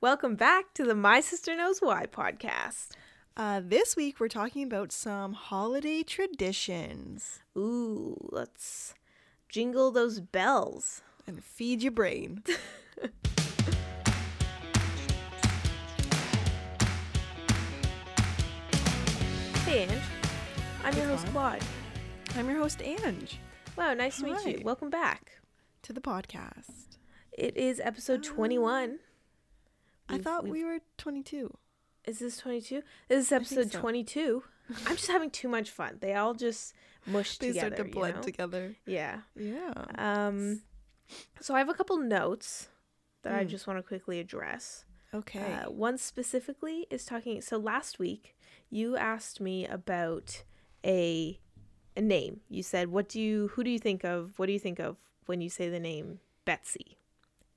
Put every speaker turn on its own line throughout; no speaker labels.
Welcome back to the My Sister Knows Why podcast.
Uh, this week we're talking about some holiday traditions
Ooh, let's jingle those bells.
and feed your brain.
Hey, Ange. I'm your host,
Hi.
Claude.
I'm your host Ange
Wow, nice to meet you.
Hi.
Welcome back.
to the podcast.
It is episode 21.
I
We've-
thought
we've-
we were 22.
Is this 22? This is episode
so.
22. I'm just having too much fun. They all just mush
They
together.
start to
you
blend
know?
together.
Yeah.
Yeah.
Um, so I have a couple notes that I
Mm.
just want to quickly address.
Okay.
Uh, one specifically is talking. So last week you asked me about a a name. You said, "What do you? Who do you think of? What do you think of when you say the name Betsy?"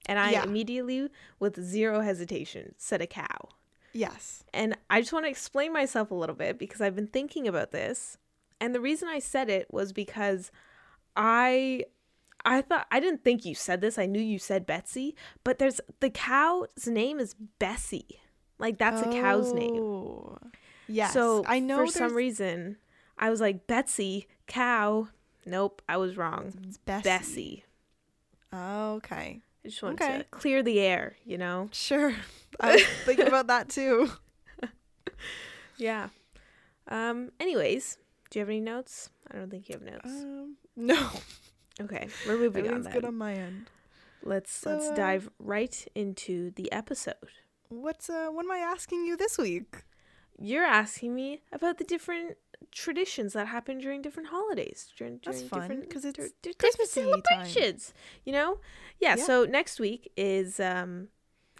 And I
Yeah.
immediately, with zero hesitation, said a cow.
yes.
And I just want to explain myself a little bit because I've been thinking about this. And the reason I said it was because I I thought I didn't think you said this. I knew you said Betsy, but there's the cow's name is Bessie. Like that's a cow's name.
Oh. Yes.
So
I know
for some reason I was like Betsy, cow. Nope, I was wrong.
reason Bessie.
Bessie.
Okay.
I just wanted
Okay.
to clear the air, you know.
Sure. I was thinking about that too.
Yeah. Um anyways, do you have any notes? I don't think you have notes.
Um, no.
Okay, we're moving on.
Everything's good
then.
on my end.
Let's
So,
let's
um,
dive right into the episode.
What's uh? What am I asking you this week?
Oh You're asking me about the different traditions that happen during different holidays, during,
That's
during
fun,
different
'cause it's
dur- dur- different
Christmassy time.
celebrations. You know, yeah,
Yeah.
So next week is um,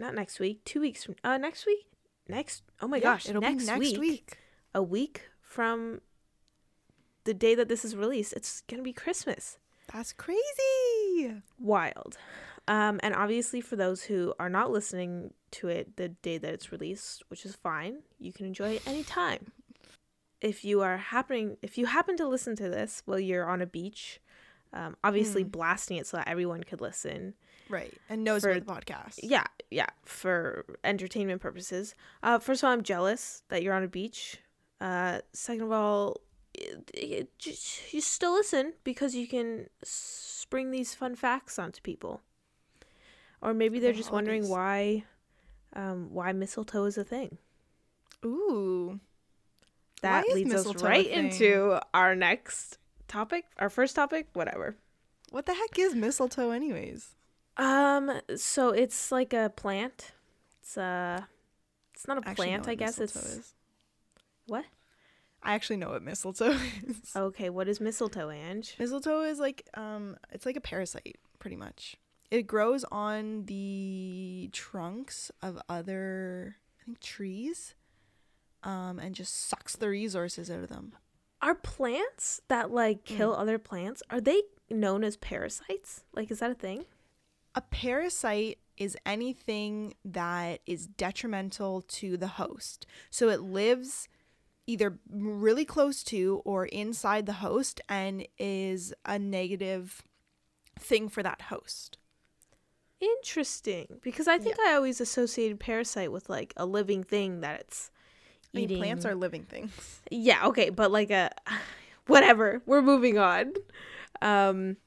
not next week, two weeks from uh, next week, next. Oh my
Yeah,
gosh,
it'll
next,
be next
week,
week.
a week from the day that this is released, it's gonna be Christmas.
That's crazy.
wild. Um, and obviously, for those who are not listening to it the day that it's released, which is fine, you can enjoy it anytime. If you are happening, if you happen to listen to this while you're on a beach, um, obviously blasting it so that everyone could listen.
Right. And knows
For-
about the podcast.
Yeah, yeah, for entertainment purposes. Uh, first of all, I'm jealous that you're on a beach. Uh, second of all, it, it, just, you still listen because you can spring these fun facts onto people, or maybe they're
About
just wondering
holidays.
why, um, why mistletoe is a thing.
Ooh.
That
is
leads us
mistletoe a
right
thing?
into our next topic, our first topic, whatever.
What the heck is mistletoe, anyways?
Um, so it's like a plant. It's uh it's not a
actually know
plant,
what
I guess. It's
mistletoe is.
what?
I actually know what mistletoe is.
Okay, what is mistletoe, Ange?
Mistletoe is like um, it's like a parasite, pretty much. It grows on the trunks of other, I think, trees, um, and just sucks the resources out of them.
Are plants that like kill other plants are they known as parasites? Like, is that a thing?
A parasite is anything that is detrimental to the host. So it lives either really close to or inside the host and is a negative thing for that host.
Interesting, because I think I always associated parasite with like a living thing that it's
I mean,
eating.
plants are living things.
yeah okay, but like a whatever. We're moving on. Um,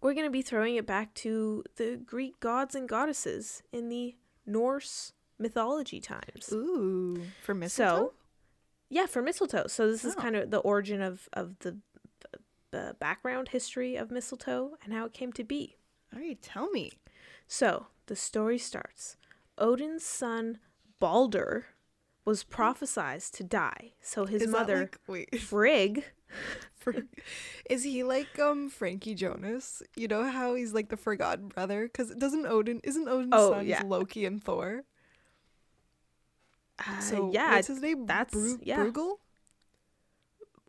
we're gonna be throwing it back to the Greek gods and goddesses in the Norse mythology times.
Ooh, for
So, yeah, for mistletoe. So this is
Oh.
kind of the origin of of the, the background history of mistletoe and how it came to be.
all right, tell me.
So the story starts. Odin's son Balder was prophesied to die, so his
Hmm? is that
mother
like- wait,
Frigg.
for, is he like um Frankie Jonas? You know how he's like the forgotten brother? Because doesn't Odin isn't Odin's
Oh,
sons
yeah.
Loki and Thor?
uh,
So
yeah,
what's his name?
that's-
Bru-
yeah.
Bruegel.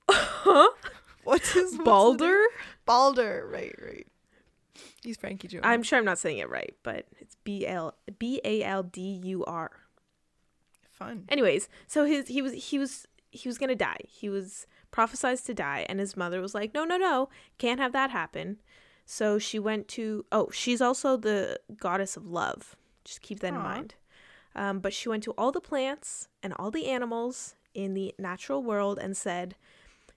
What's his what's the name?
Balder.
Balder. Right, right. He's Frankie Jonas.
I'm sure I'm not saying it right, but it's B L B A L D U R.
fun.
Anyways, so his he was he was he was gonna die. He was prophesized to die, and his mother was like, "No, no, no, can't have that happen." So she went to oh, she's also the goddess of love. Just keep that in
Aw.
mind. Um, but she went to all the plants and all the animals in the natural world and said,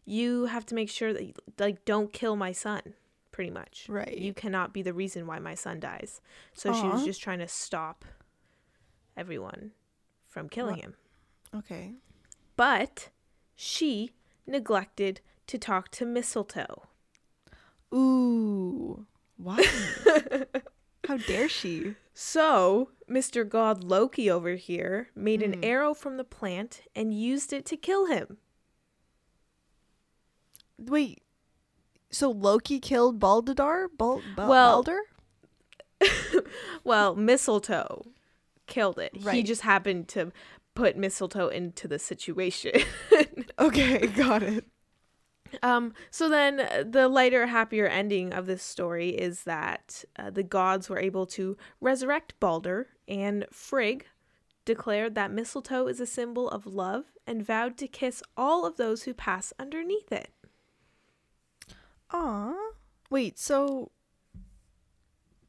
"You have to make sure that like don't kill my son." Pretty much,
Right.
You cannot be the reason why my son dies. So she was
Aw.
just trying to stop everyone from killing him.
Okay.
But she neglected to talk to mistletoe.
Ooh. Why? How dare she?
So, Mr. God Loki over here made an arrow from the plant and used it to kill him.
Wait. So Loki killed Baldadar? Bal- Bal-
Well-
Baldur?
Well, mistletoe killed it. He
Right.
just happened to put mistletoe into the situation.
Okay, got it.
um, so then uh, the lighter, happier ending of this story is that uh, the gods were able to resurrect Balder, and Frigg declared that mistletoe is a symbol of love and vowed to kiss all of those who pass underneath it.
Aw. Wait, so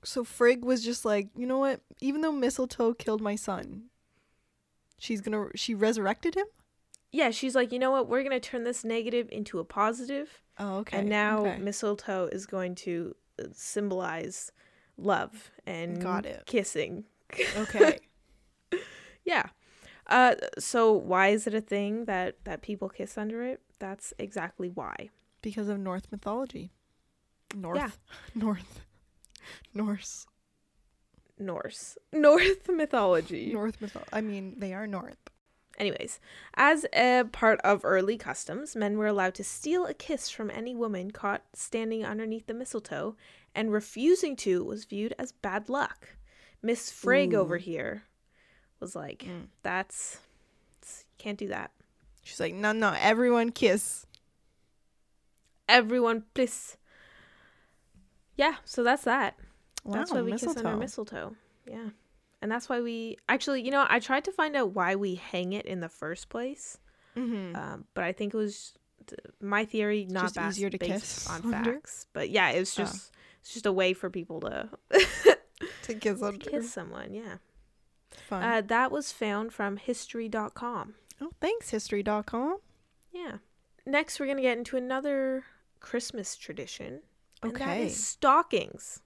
so Frigg was just like, you know what? Even though mistletoe killed my son, she's gonna she resurrected him.
yeah, she's like, you know what? We're gonna turn this negative into a positive,
Oh, okay.
and now
okay.
mistletoe is going to uh, symbolize love and
Got it.
kissing.
okay.
Yeah. Uh, so why is it a thing that that people kiss under it? That's exactly why.
because of North mythology. North,
Yeah.
North, Norse,
Norse, North mythology.
North mytho. I mean, they are North.
Anyways, as a part of early customs, men were allowed to steal a kiss from any woman caught standing underneath the mistletoe, and refusing to was viewed as bad luck. Miss Frigg
Ooh.
over here was like,
Mm.
that's, it's- you can't do that.
She's like, no, no, everyone kiss.
Everyone, please. Yeah, so that's that. That's
Wow,
why we kiss under mistletoe. Yeah. And that's why we actually, you know, I tried to find out why we hang it in the first place.
Mhm.
um, but I think it was th- my theory, not
Just
bas-
easier to
based
kiss
on
under?
facts. But yeah, it was
Oh.
just it's just a way for people to
to kiss under.
kiss someone. Yeah,
Fun.
uh, that was found from History.com.
oh, thanks, history.com.
Yeah. Next, we're gonna get into another Christmas tradition. And that
Okay.
is stockings.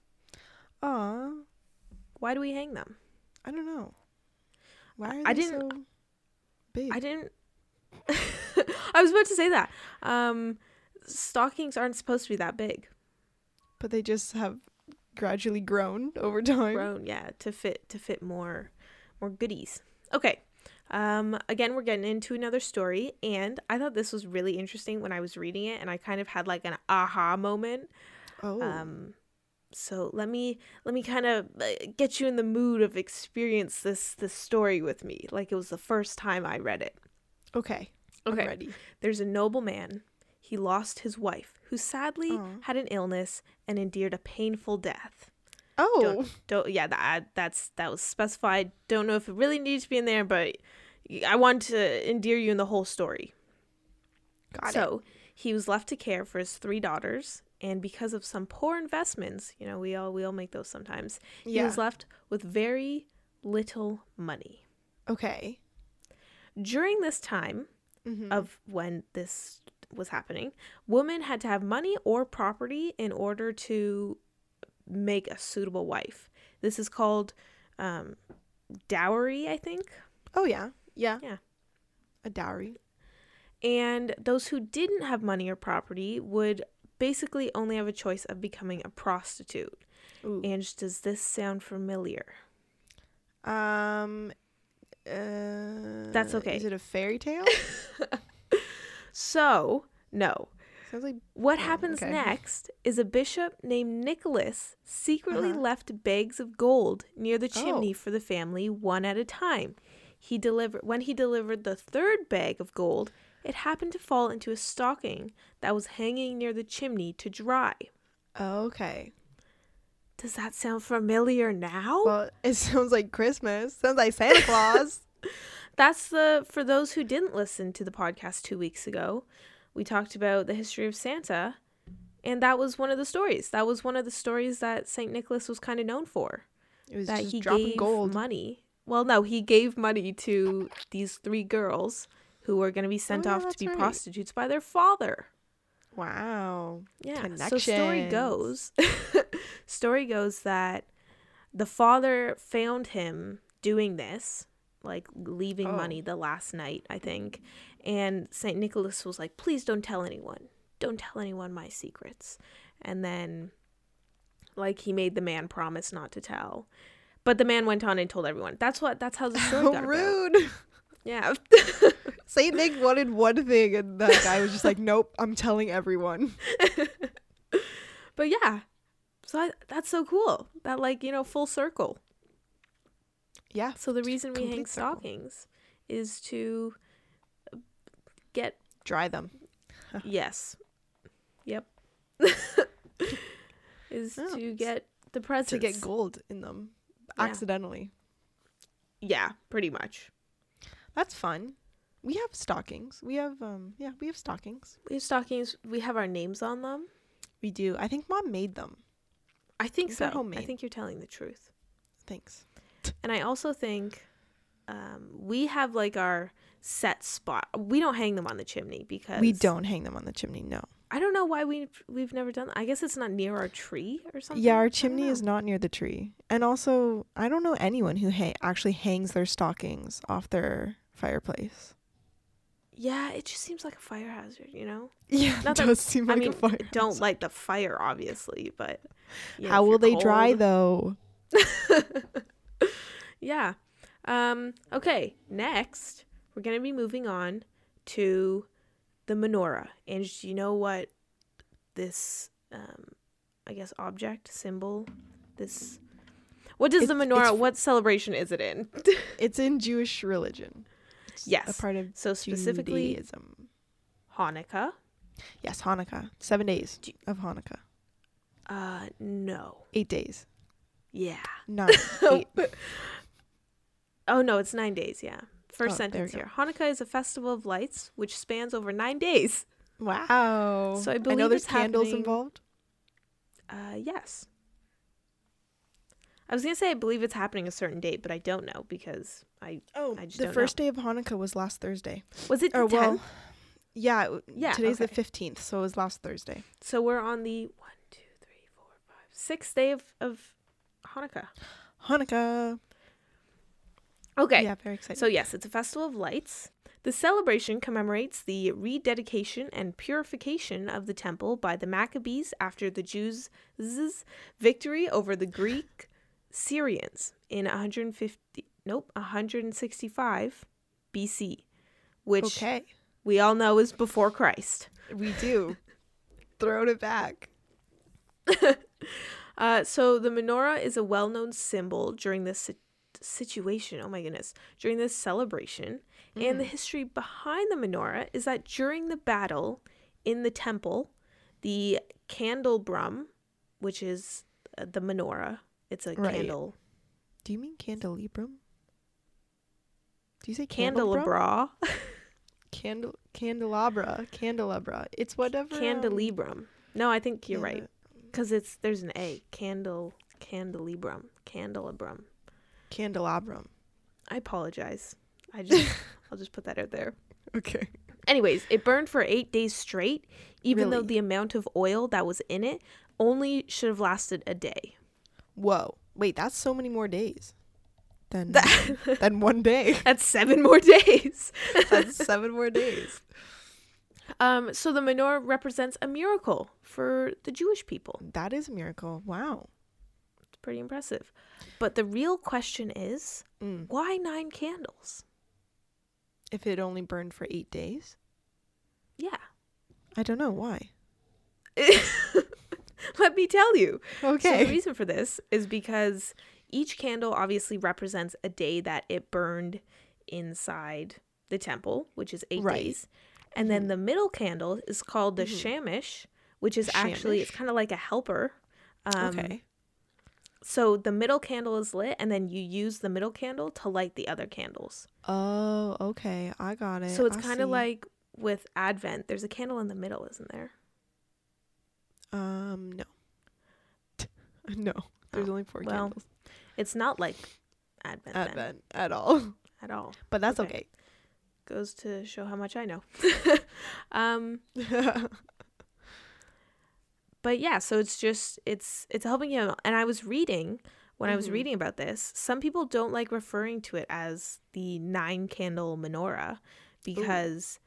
Aw,
Why do we hang them?
I don't know. Why are
I
they
didn't-
so big?
I didn't. I was about to say that. Um, stockings aren't supposed to be that big.
but they just have gradually grown over time.
grown yeah to fit to fit more more goodies okay um again we're getting into another story and i thought this was really interesting when i was reading it and i kind of had like an aha moment
Oh,
um so let me let me kind of uh, get you in the mood of experience this this story with me like it was the first time i read it
okay. I'm ready.
there's a nobleman he lost his wife who sadly
Aw.
had an illness and endured a painful death
Oh,
don't yeah that that's that was specified don't know if it really needed to be in there but i want to endear you in the whole story
got it.
so he was left to care for his three daughters and because of some poor investments you know we all we all make those sometimes he
Yeah.
was left with very little money
okay.
during this time
Mhm.
of when this was happening women had to have money or property in order to make a suitable wife this is called um, dowry i think
Oh yeah, yeah,
Yeah.
A dowry.
and those who didn't have money or property would basically only have a choice of becoming a prostitute
Ooh.
and does this sound familiar
Um, uh,
That's okay.
Is it a fairy tale?
so no
Sounds like
What
Oh,
happens
okay.
next is a bishop named Nicholas secretly
Uh-huh.
left bags of gold near the
Oh.
chimney for the family one at a time. He delivered when he delivered the third bag of gold, it happened to fall into a stocking that was hanging near the chimney to dry.
oh, okay.
Does that sound familiar now?
Well, it sounds like Christmas. Sounds like Santa Claus.
That's the for those who didn't listen to the podcast 2 weeks ago. We talked about the history of Santa, and that was one of the stories. That was one of the stories that St. Nicholas was kind of known for.
It was
that
just
he
dropping
gave
gold.
money well, no, he gave money to these three girls who were going to be sent
Oh, yeah,
off to
that's
be
right.
prostitutes by their father.
Wow.
Yeah. So story
Connections.
goes, story goes that the father found him doing this, like leaving
Oh.
money the last night, I think. And Saint Nicholas was like, "Please don't tell anyone. Don't tell anyone my secrets." And then, like, he made the man promise not to tell. But the man went on and told everyone. That's what. That's how the story
How
got about.
rude.
Yeah.
Saint Nick wanted one thing, and that guy was just like, "Nope, I'm telling everyone."
but yeah, so I, that's so cool. That like you know full circle.
Yeah.
So the reason we hang
complete circle.
stockings is to get
Dry them.
yes, yep, is
Oh,
to
s-
get the presents
to get gold in them
Yeah.
accidentally.
Yeah, pretty much.
That's fun. We have stockings. We have um yeah, we have stockings.
We have stockings. We have our names on them.
We do. I think mom made them.
I think
These are
so. I
homemade.
think you're telling the truth.
Thanks.
And I also think um, we have like our set spot. We don't hang them on the chimney because
We don't hang them on the chimney, no.
I don't know why we we've never done. I guess it's not near our tree or something.
Yeah,
I
our
don't
chimney
know.
is not near the tree. And also, I don't know anyone who ha- actually hangs their stockings off their fireplace.
Yeah, it just seems like a fire hazard, you know.
Yeah,
Not
that
that-
does seem like
I mean,
a fire.
don't light the fire, obviously, but you know,
How
if
will
you're
they dry
cold-
though?
yeah. Um, okay. Next, we're gonna be moving on to the menorah, and do you know what this, um, I guess, object symbol, this. What does the
It's- it's
menorah?
fr-
what celebration is it in?
It's in Jewish religion. It's
Yes.
a part of
so specifically,
Judaism.
Hanukkah.
Yes, Hanukkah. Seven days
Do-
of Hanukkah.
Uh, no.
Eight days.
Yeah.
Nine. eight.
Oh no, it's nine days. Yeah. First
Oh, there
sentence
we go.
here. Hanukkah is a festival of lights which spans over nine days.
Wow.
So I
I know
believe
there's
it's
candles
happening-
involved.
Uh, yes. I was gonna say I believe it's happening a certain date, but I don't know because I
Oh,
I just
the
don't
first day of Hanukkah was last Thursday.
was it the
Or Oh, well,
10th?
yeah, it-
Yeah,
Today's
okay.
the fifteenth, so it was last Thursday.
So we're on the one, two, three, four, five, sixth day of of Hanukkah.
Hanukkah.
Okay.
Yeah, very exciting.
So, yes, it's a festival of lights. The celebration commemorates the rededication and purification of the temple by the Maccabees after the Jews' victory over the Greek Syrians in 150 nope, 165 BC, which
okay,
we all know is before Christ.
we do. Throw it back.
Uh, so the menorah is a well-known symbol during this si- situation. Oh my goodness! During this celebration, and
Mm.
the history behind the menorah is that during the battle in the temple, the candelabrum, which is uh, the menorah, it's a
Right.
candle
Do you mean candelabrum? Do you say candelabrum?
candelabra
Candel candelabra, candelabra. It's whatever. um,
candelabrum. No, I think you're
candel-
right because it's there's an a candle candelabrum candelabrum.
Candelabrum.
I apologize. I just I'll just put that out there.
Okay.
Anyways, it burned for eight days straight, even though
Really?
the amount of oil that was in it only should have lasted a day.
Whoa. Wait, that's so many more days than than one day.
That's seven more days.
That's seven more days.
Um, so the menorah represents a miracle for the Jewish people.
That is a miracle. Wow.
It's pretty impressive. But the real question is
Mm.
why nine candles?
If it only burned for eight days,
Yeah.
I don't know why.
Let me tell you. So the
Okay.
reason for this is because each candle obviously represents a day that it burned inside the temple, which is eight
Right. Hmm.
days. And then the middle candle is called the
Mm-hmm.
shamash, which is actually it's
Shamash?
kind of like a helper. Um,
okay.
So the middle candle is lit, and then you use the middle candle to light the other candles.
Oh, okay. I got it.
So it's
Eh, I
kind of
see.
like with Advent. There's a candle in the middle, isn't there?
um no. no. There's only four
well,
candles.
It's not like Advent, then
Advent at all.
at all.
But that's
Okay.
okay.
Goes to show how much I know. um, but yeah, so it's just it's it's helping him. And I was reading when I was
Mhm.
reading about this, some people don't like referring to it as the nine candle menorah because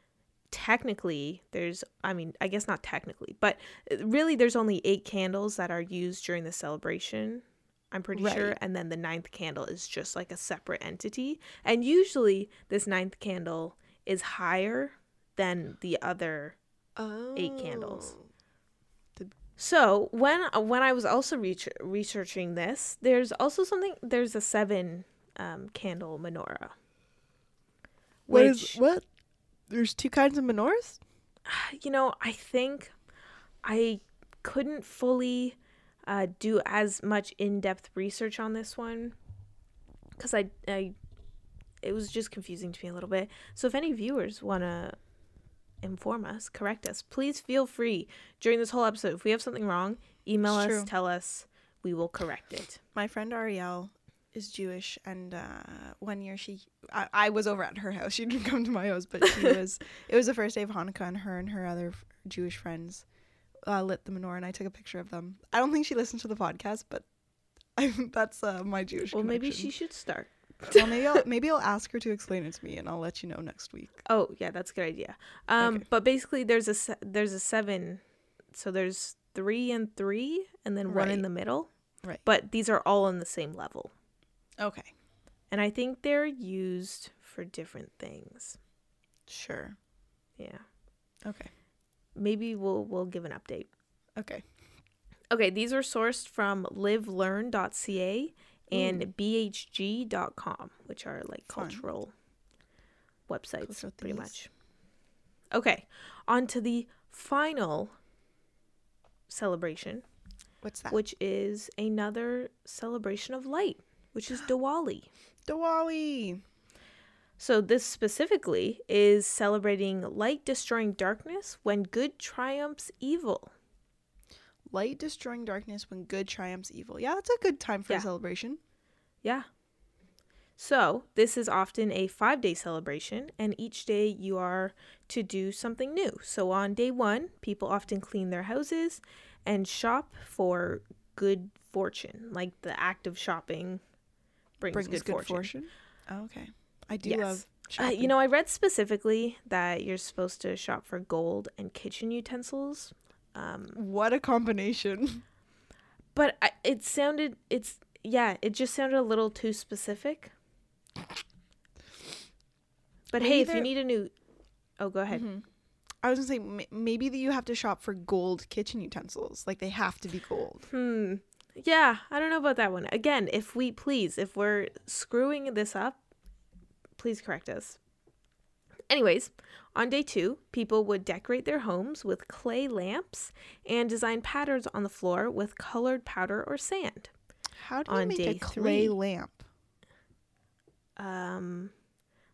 technically there's I mean, I guess not technically, but uh, really there's only eight candles that are used during the celebration. I'm pretty sure
Right.
and then the ninth candle is just like a separate entity. And usually this ninth candle is higher than the other Eight candles.
Oh.
So when when I was also reach researching this, there's also something. There's a seven um, candle menorah.
What
Which
is what? There's two kinds of menorahs.
you know, I think I couldn't fully uh, do as much in depth research on this one because I I it was just confusing to me a little bit. So if any viewers wanna inform us, correct us, please feel free during this whole episode. If we have something wrong, email
It's
us,
true.
tell us. We will correct it.
My friend Ariel is Jewish, and uh, one year she, I, I was over at her house. She didn't come to my house, but she was. it was the first day of Hanukkah, and her and her other f- Jewish friends uh, lit the menorah, and I took a picture of them. I don't think she listened to the podcast, but I, that's uh, my Jewish.
Well, maybe
connection.
she should start.
well, maybe I'll maybe I'll ask her to explain it to me, and I'll let you know next week.
Oh yeah, that's a good idea. Um,
Okay.
but basically, there's a se- there's a seven, so there's three and three, and then one in
Right.
the middle.
Right.
But these are all on the same level,
Okay,
and I think they're used for different things.
sure.
Yeah,
Okay,
maybe we'll we'll give an update.
okay.
Okay, these are sourced from livelearn.ca and
Ooh.
bhg.com, which are like
Fun.
cultural websites,
Cultural
pretty
thingies.
much. Okay, on to the final celebration,
What's that?
which is another celebration of light, which is Diwali.
Diwali.
So, this specifically is celebrating light destroying darkness when good triumphs evil.
Light destroying darkness when good triumphs evil. Yeah, that's a good time for
Yeah.
a celebration.
Yeah. So, this is often a five day celebration, and each day you are to do something new. So, on day one, people often clean their houses and shop for good fortune. Like the act of shopping brings,
Brings
good, fortune.
Oh, okay. I do
Yes.
love
Uh,
shopping.
you know, I read specifically that you're supposed to shop for gold and kitchen utensils. Um,
what a combination.
but I, it sounded it's yeah it just sounded a little too specific but hey if
Maybe
you
they're-
need a new oh go ahead
Mm-hmm. I was gonna say m- maybe that you have to shop for gold kitchen utensils. Like they have to be gold.
hmm yeah i don't know about that one again if we please if we're screwing this up please correct us anyways on day two people would decorate their homes with clay lamps and design patterns on the floor with colored powder or sand
How do
On
you make a
day
clay
three,
lamp?
um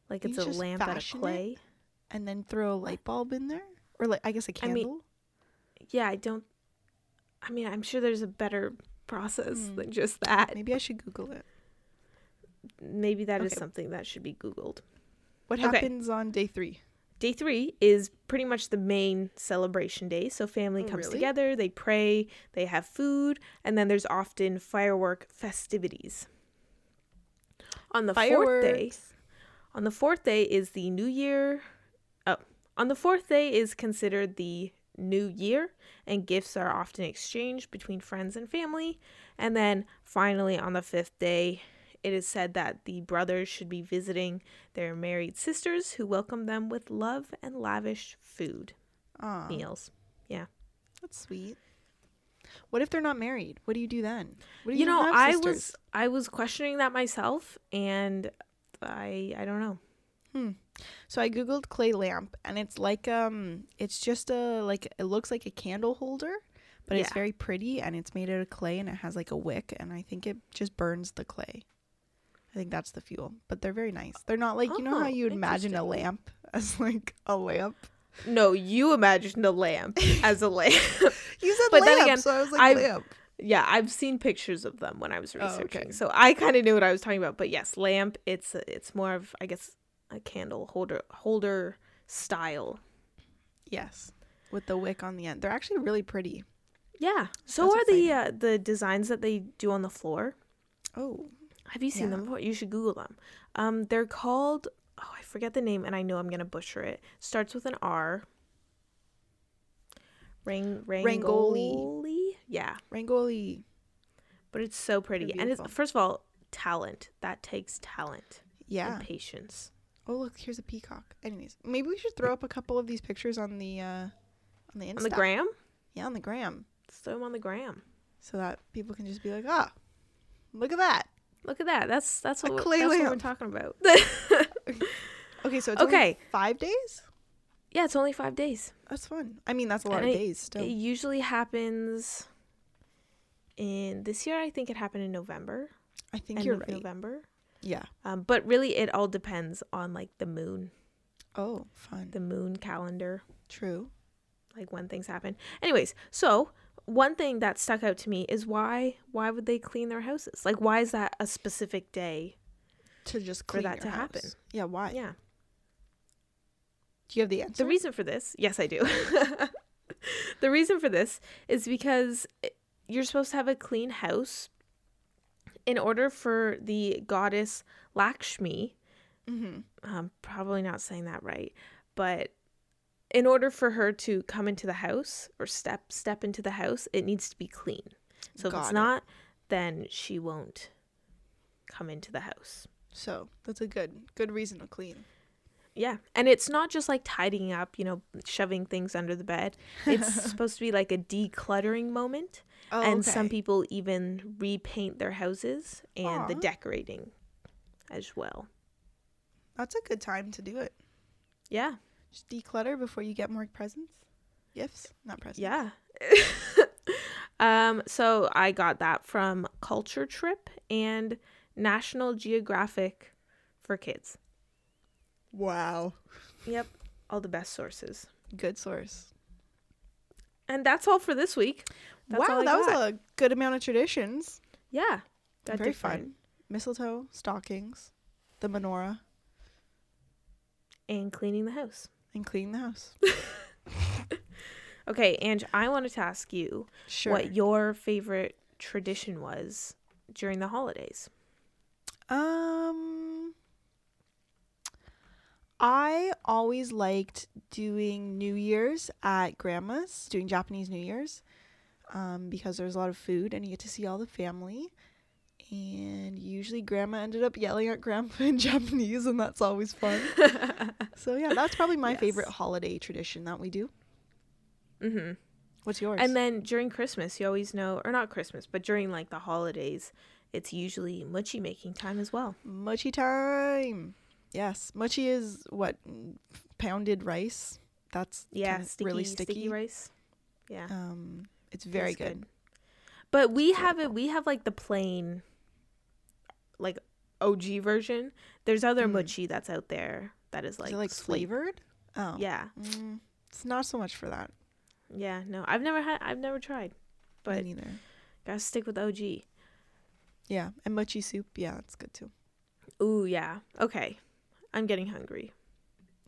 like
You
it's a
just
lamp out of
fashion it?
clay
And then throw a light bulb in there? Or like I guess a
I mean-
candle?
yeah, I don't. I mean, I'm sure there's a better process
Hmm.
than just that.
maybe I should Google it.
Maybe that is
Okay.
something that should be Googled.
What
Okay.
happens on day three?
Day three is pretty much the main celebration day. So family
Oh,
comes
really?
together, they pray, they have food, and then there's often firework festivities. On the fourth day,
Fireworks.
on the fourth day is the New Year. Oh, on the fourth day is considered the New Year, and gifts are often exchanged between friends and family. And then finally, on the fifth day, it is said that the brothers should be visiting their married sisters who welcome them with love and lavish food
Aw,
meals.
that's sweet. What if they're not married? What do you do then? What do
You know,
have
I
sisters?
was I was questioning that myself and I I don't know.
So I googled clay lamp and it's like um it's just a like it looks like a candle holder, but it's
Yeah.
very pretty and it's made out of clay and it has like a wick and I think it just burns the clay. I think that's the fuel. But they're very nice. They're not like you know
Oh,
how you would imagine a
interesting.
lamp as like a lamp.
No, you imagined a lamp as a lamp.
You said
But
lamp,
then again,
so I was like
I-
lamp.
Yeah, I've seen pictures of them when I was
Oh, okay.
researching, so I kind of knew what I was talking about. But yes, lamp. It's it's more of I guess a candle holder holder style.
Yes. With the wick on the end. They're actually really pretty.
Yeah. So
That's
are the uh, the designs that they do on the floor.
Oh.
Have you seen
Yeah.
them before? You should Google them. Um, they're called oh I forget the name, and I know I'm gonna butcher it. Starts with an R. Rang
Rangoli.
Rangoli. Yeah,
Rangoli.
but it's so pretty, and it's
beautiful.
first of all talent that takes talent
Yeah.
and patience.
Oh look, here's a peacock. Anyways, maybe we should throw up a couple of these pictures on the uh on the Insta.
On the gram,
Yeah, on the gram.
let's throw them on the gram.
So that people can just be like, ah, look at that.
Look at that. That's that's
A
what, we-
clay
that's what we're
lamp.
talking about.
Okay, so it's only
Okay.
five days?
yeah, it's only five days.
That's fun. I mean that's a lot
And
of
I-
days still.
It usually happens in this year. I think it happened in November.
I think
end
you're
of
right.
November.
Yeah.
Um, but really, it all depends on like the moon,
Oh, fun.
the moon calendar,
True.
like when things happen. Anyways, so one thing that stuck out to me is why why would they clean their houses? Like, why is that a specific day?
To just
For
clean
that
your
to
house.
happen.
Yeah, why?
Yeah.
Do you have the answer?
The reason for this, yes, I do. the reason for this is because it- you're supposed to have a clean house in order for the goddess Lakshmi.
mm-hmm.
I'm probably not saying that right, but in order for her to come into the house or step step into the house, it needs to be clean. So if
Got
it's
it.
not, then she won't come into the house.
So that's a good good reason to clean.
Yeah. And it's not just like tidying up, you know, shoving things under the bed. It's supposed to be like a decluttering moment.
Oh,
and some
okay.
people even repaint their houses and the
Aw.
decorating as well.
that's a good time to do it.
Yeah.
Just declutter before you get more presents, gifts, not presents.
Yeah. um so I got that from Culture Trip and National Geographic for kids.
Wow.
Yep. All the best sources.
Good source.
And that's all for this week. That's all
wow,
I
that
got.
was a good amount of traditions.
Yeah. Got
Very
different.
fun. Mistletoe, stockings, the menorah,
and cleaning the house.
and clean the house.
Okay, Ange, I wanted to ask you
Sure.
what your favorite tradition was during the holidays.
Um, I always liked doing New Year's at grandma's, doing Japanese New Year's, um, because there's a lot of food and you get to see all the family. And usually, grandma ended up yelling at grandpa in Japanese, and that's always fun.
Mm-hmm.
so yeah, that's probably my
Yes.
favorite holiday tradition that we do.
Mm-hmm.
What's yours?
And then during Christmas, you always know, or not Christmas, but during like the holidays, it's usually mochi making time as well.
Mochi time. Yes, mochi is what pounded rice. That's
Yeah,
kinda
sticky,
really
sticky,
sticky.
rice. Yeah,
Um, it's very
it's
good.
But we have it. We have like the plain, like OG version. There's other
Mm.
mochi that's out there that is like
is it like
sweet.
flavored? Oh,
Yeah,
Mm, it's not so much for that.
yeah. No, I've never had. I've never tried.
Me
But
neither.
gotta stick with OG.
Yeah, and mochi soup. Yeah, it's good too.
Ooh, yeah. Okay. I'm getting hungry.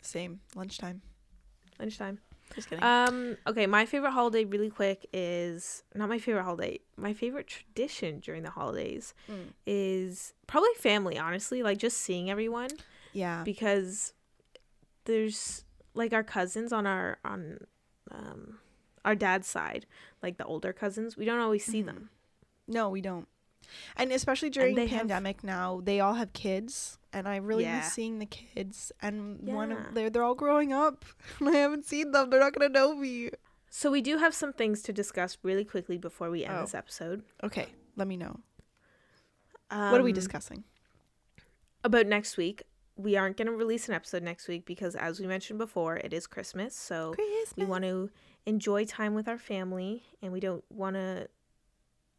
Same lunchtime. Uh,
Lunchtime.
Just kidding.
Um, okay, my favorite holiday really quick is not my favorite holiday. My favorite tradition during the holidays
Mm.
is probably family, honestly, like just seeing everyone
yeah,
because there's like our cousins on our on um our dad's side, like the older cousins, we don't always see
Mhm.
them.
no, we don't. And especially during
they
the
have-
pandemic now, they all have kids, and I really
Yeah.
miss seeing the kids. And one
Yeah.
of they're they're all growing up, and I haven't seen them. They're not gonna know me.
So we do have some things to discuss really quickly before we end
Oh.
this episode.
Okay, let me know. what are we
Um,
discussing?
about next week. We aren't going to release an episode next week because, as we mentioned before, it is Christmas. So
Christmas.
oh, we want to enjoy time with our family and we don't want to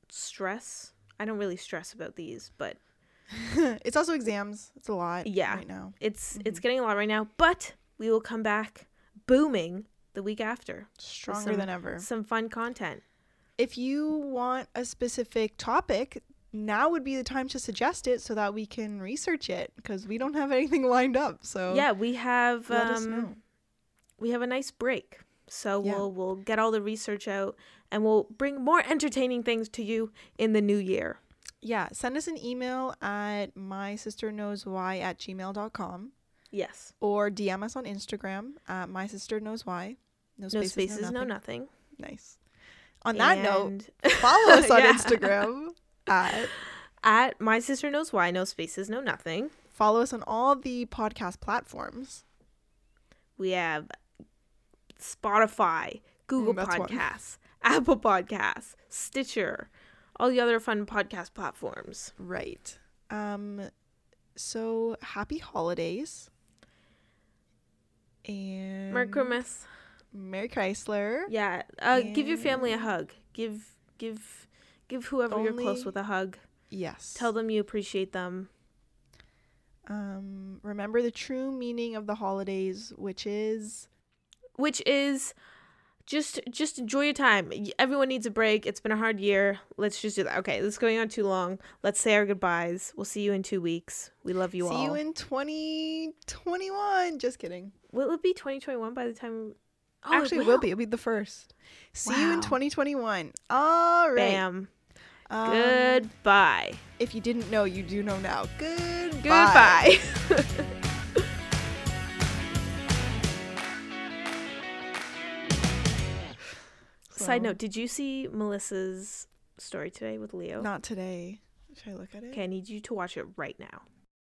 stress. I don't really stress about these, but
it's also exams. It's a lot.
Yeah.
right now.
it's
Mm-hmm.
it's getting a lot right now. But we will come back booming the week after.
Stronger
some-
than ever.
Some fun content.
if you want a specific topic, now would be the time to suggest it so that we can research it because we don't have anything lined up. So
Yeah, we have
Oh, let us
um,
know.
we have a nice break. So
Yeah.
we'll we'll get all the research out and we'll bring more entertaining things to you in the new year.
Yeah, send us an email at my sister knows why at gmail.com
Yes.
or DM us on Instagram at my sister knows why.
No spaces, no nothing.
Nice. On that note,
And-
follow us on
Yeah.
Instagram at
At my sister knows why, no spaces, no nothing.
follow us on all the podcast platforms.
We have Spotify, Google
Mm, that's one.
Podcasts, Apple Podcasts, Stitcher, all the other fun podcast platforms.
Right. Um so happy holidays. And
Merry Christmas.
Merry Chrysler.
Yeah. Uh, Give your family a
and-
hug. Give give give whoever you're
Only-
close with a hug.
Yes.
Tell them you appreciate them.
um remember the true meaning of the holidays, which is
Which is just just enjoy your time. Y- Everyone needs a break. It's been a hard year. Let's just do that. Okay, this is going on too long. Let's say our goodbyes. We'll see you in two weeks. We love you
see
all.
you in 2021. Just kidding.
Will it be 2021 by the time? Oh, it
Actually, it will be. It'll be the first. See you in
Wow.
2021. All right.
Bam.
Um,
Goodbye.
If you didn't know, you do know now. Good.
Goodbye. Side note: Did you see Melissa's story today with Leo?
Not today. Should I look at it?
Okay, I need you to watch it right now.